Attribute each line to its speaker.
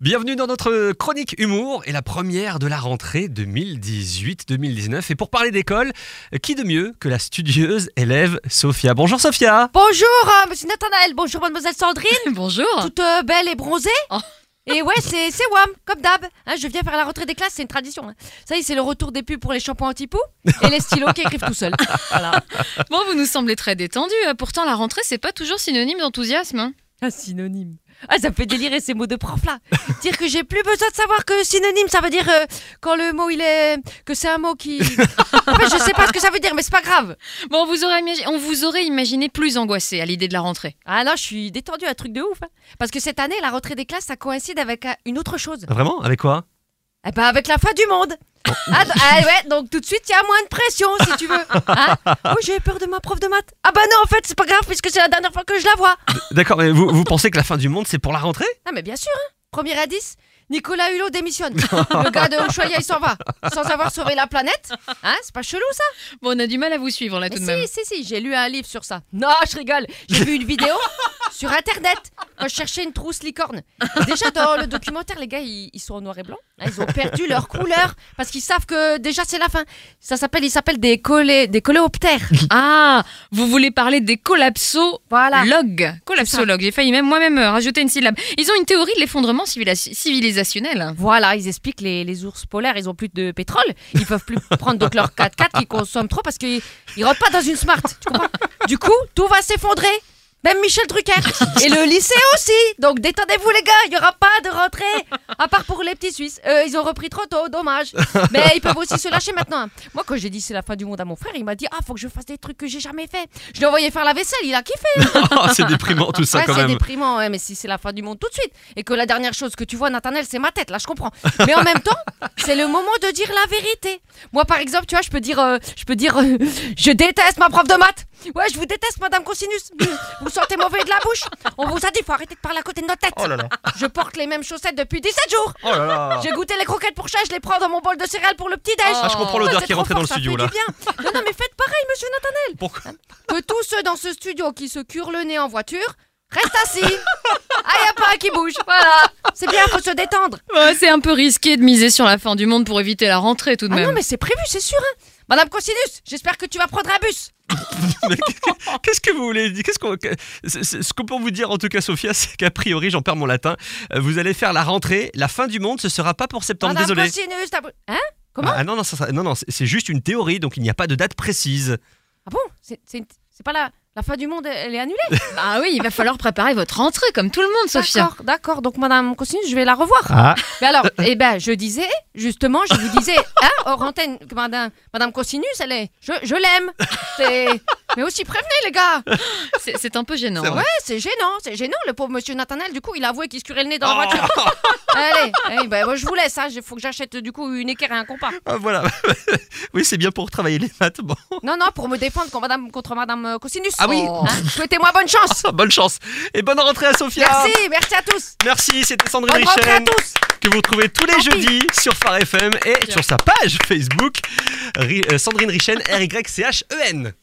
Speaker 1: Bienvenue dans notre chronique humour et la première de la rentrée 2018-2019. Et pour parler d'école, qui de mieux que la studieuse élève Sophia Bonjour Sophia
Speaker 2: Bonjour, euh, monsieur Nathanaël. Bonjour, mademoiselle Sandrine.
Speaker 3: Bonjour.
Speaker 2: Toute euh, belle et bronzée.
Speaker 3: Oh.
Speaker 2: Et ouais, c'est c'est Wam, comme d'hab. Hein, je viens faire la rentrée des classes, c'est une tradition. hein. Ça y est, c'est le retour des pubs pour les shampoings anti-poux et les stylos qui écrivent tout seuls. Voilà.
Speaker 3: Bon, vous nous semblez très détendu. Pourtant, la rentrée, c'est pas toujours synonyme d'enthousiasme. hein.
Speaker 2: Un synonyme. Ah, ça me fait délirer ces mots de prof là. Dire que j'ai plus besoin de savoir que synonyme, ça veut dire euh, quand le mot il est. que c'est un mot qui. En fait, je sais pas ce que ça veut dire, mais c'est pas grave.
Speaker 3: Bon, on vous aurait imagi- on vous aurait imaginé plus angoissé à l'idée de la rentrée.
Speaker 2: Ah là, je suis détendue, un truc de ouf. hein. Parce que cette année, la rentrée des classes, ça coïncide avec euh, une autre chose.
Speaker 1: Vraiment Avec quoi
Speaker 2: Eh ben avec la fin du monde. Ah, d- ah ouais, donc tout de suite, il y a moins de pression, si tu veux. Hein oh, j'ai peur de ma prof de maths. Ah bah non, en fait, c'est pas grave, puisque c'est la dernière fois que je la vois.
Speaker 1: D'accord, mais vous, vous pensez que la fin du monde c'est pour la rentrée
Speaker 2: Ah mais bien sûr, hein. premier indice, Nicolas Hulot démissionne. Le gars de Ushuaïa, il s'en va, sans avoir sauvé la planète. Hein, c'est pas chelou, ça
Speaker 3: Bon, on a du mal à vous suivre là
Speaker 2: Mais
Speaker 3: tout de
Speaker 2: si,
Speaker 3: même.
Speaker 2: si, si, j'ai lu un livre sur ça. Non, je rigole, j'ai vu une vidéo sur Internet quand je cherchais une trousse licorne. Déjà, dans le documentaire, les gars, ils, ils sont en noir et blanc. Hein, Ils ont perdu leur couleur parce qu'ils savent que déjà, c'est la fin. Ça s'appelle, ils s'appellent des, collé, des coléoptères.
Speaker 3: Ah, vous voulez parler des collapsologues
Speaker 2: Voilà.
Speaker 3: Collapsologues, j'ai failli même moi-même euh, rajouter une syllabe. Ils ont une théorie de l'effondrement civila- civilisationnel.
Speaker 2: Voilà, ils expliquent les, les ours polaires, ils ont plus de pétrole, ils peuvent plus prendre donc leur 4x4 qu'ils consomment trop parce qu'ils ils rentrent pas dans une smart. tu comprends du coup, tout va s'effondrer. Même Michel Drucker. Et le lycée aussi. Donc détendez-vous les gars, il n'y aura pas de rentrée. À part pour les petits Suisses. Euh, ils ont repris trop tôt, dommage. Mais ils peuvent aussi se lâcher maintenant. hein. Moi quand j'ai dit c'est la fin du monde à mon frère, il m'a dit ah faut que je fasse des trucs que j'ai jamais fait. Je l'ai envoyé faire la vaisselle, il a kiffé.
Speaker 1: Oh, C'est déprimant tout ça
Speaker 2: Ouais,
Speaker 1: quand
Speaker 2: c'est
Speaker 1: même.
Speaker 2: déprimant, ouais, mais si c'est la fin du monde tout de suite et que la dernière chose que tu vois, Nathanaël, c'est ma tête, là, je comprends. Mais en même temps, c'est le moment de dire la vérité. Moi, par exemple, tu vois, je peux dire, euh, je peux dire, euh, je déteste ma prof de maths. Ouais, je vous déteste, Madame Cosinus. Vous sentez mauvais de la bouche. On vous a dit, faut arrêter de parler à côté de notre tête.
Speaker 1: Oh là là.
Speaker 2: Je porte les mêmes chaussettes depuis 17 jours.
Speaker 1: Oh là là
Speaker 2: J'ai goûté les croquettes pour chat, je les prends dans mon bol de céréales pour le petit déj.
Speaker 3: Ah, je comprends
Speaker 1: oh, l'odeur
Speaker 2: Oh, c'est
Speaker 1: qui est
Speaker 2: trop
Speaker 1: rentrée dans
Speaker 2: fort,
Speaker 1: le
Speaker 2: ça
Speaker 1: studio,
Speaker 2: fait
Speaker 1: là.
Speaker 2: du bien. Non, non, mais faites pareil, monsieur Nathanaël
Speaker 1: Pourquoi
Speaker 2: que tous ceux dans ce studio qui se curent le nez en voiture restent assis. Ah, y a pas un qui bouge. Voilà. C'est bien, faut se détendre.
Speaker 3: Ouais, c'est un peu risqué de miser sur la fin du monde pour éviter la rentrée tout de
Speaker 2: Ah non,
Speaker 3: même.
Speaker 2: mais c'est prévu, c'est sûr. hein. Madame Cosinus, j'espère que tu vas prendre un bus.
Speaker 1: Qu'est-ce que vous voulez dire Qu'est-ce qu'on- que- c'est- c'est- Ce qu'on peut vous dire en tout cas Sophia, c'est qu'a priori, j'en perds mon latin, euh, vous allez faire la rentrée, la fin du monde ce sera pas pour septembre,
Speaker 2: Madame
Speaker 1: désolé.
Speaker 2: Cosinus, t'as... Hein Comment
Speaker 1: Ah non, non, ça sera- non, non c'est c'est juste une théorie, donc il n'y a pas de date précise.
Speaker 2: Ah bon C'est c'est- c'est pas la, la fin du monde, elle est annulée
Speaker 3: Ah oui, il va falloir préparer votre rentrée comme tout le monde, Sophia. Euh,
Speaker 2: D'accord, d'accord. Donc, Madame Cosinus, je vais la revoir.
Speaker 1: Ah,
Speaker 2: Mais alors, eh ben, je disais, justement, je vous disais, hein, hors antenne, que Madame, Madame Cosinus, elle est... Je, je l'aime. C'est- Mais aussi prévenez, les gars
Speaker 3: C'est c'est un peu gênant. hein.
Speaker 1: C'est vrai.
Speaker 2: Ouais, Eh, c'est gênant, c'est gênant. Le pauvre monsieur Nathanaël, du coup, il a avoué qu'il se curait le nez dans la voiture.
Speaker 1: Oh
Speaker 2: Allez, allez, bah, moi, je vous laisse, il faut que j'achète du coup une équerre et un compas.
Speaker 1: Ah, voilà. oui, c'est bien pour travailler les maths. Bon,
Speaker 2: Non, non, pour me défendre contre madame, contre madame euh, Cosinus.
Speaker 1: Ah oui.
Speaker 2: Oh. Hein, Souhaitez-moi bonne chance
Speaker 1: bonne chance. Et bonne rentrée à Sophia.
Speaker 2: Merci, merci à tous
Speaker 1: Merci, c'était Sandrine
Speaker 2: Bonne rentrée à
Speaker 1: Richel
Speaker 2: tous
Speaker 1: que vous retrouvez tous les
Speaker 2: Tant
Speaker 1: jeudis sur Phare FM et sur sa page Facebook Ri- euh, Sandrine Richen R Y C H E N.